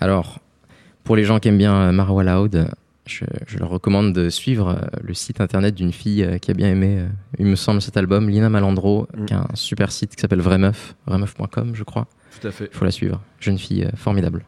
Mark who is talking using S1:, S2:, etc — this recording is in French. S1: Alors, pour les gens qui aiment bien euh, Marwa Loud, je, je leur recommande de suivre euh, le site internet d'une fille euh, qui a bien aimé, euh, il me semble, cet album, Lina Malandro,
S2: Mm.
S1: qui a un super site qui s'appelle Vraie Meuf, vraimeuf.com, je crois.
S2: Tout à fait.
S1: Il faut la suivre. Jeune fille euh, formidable.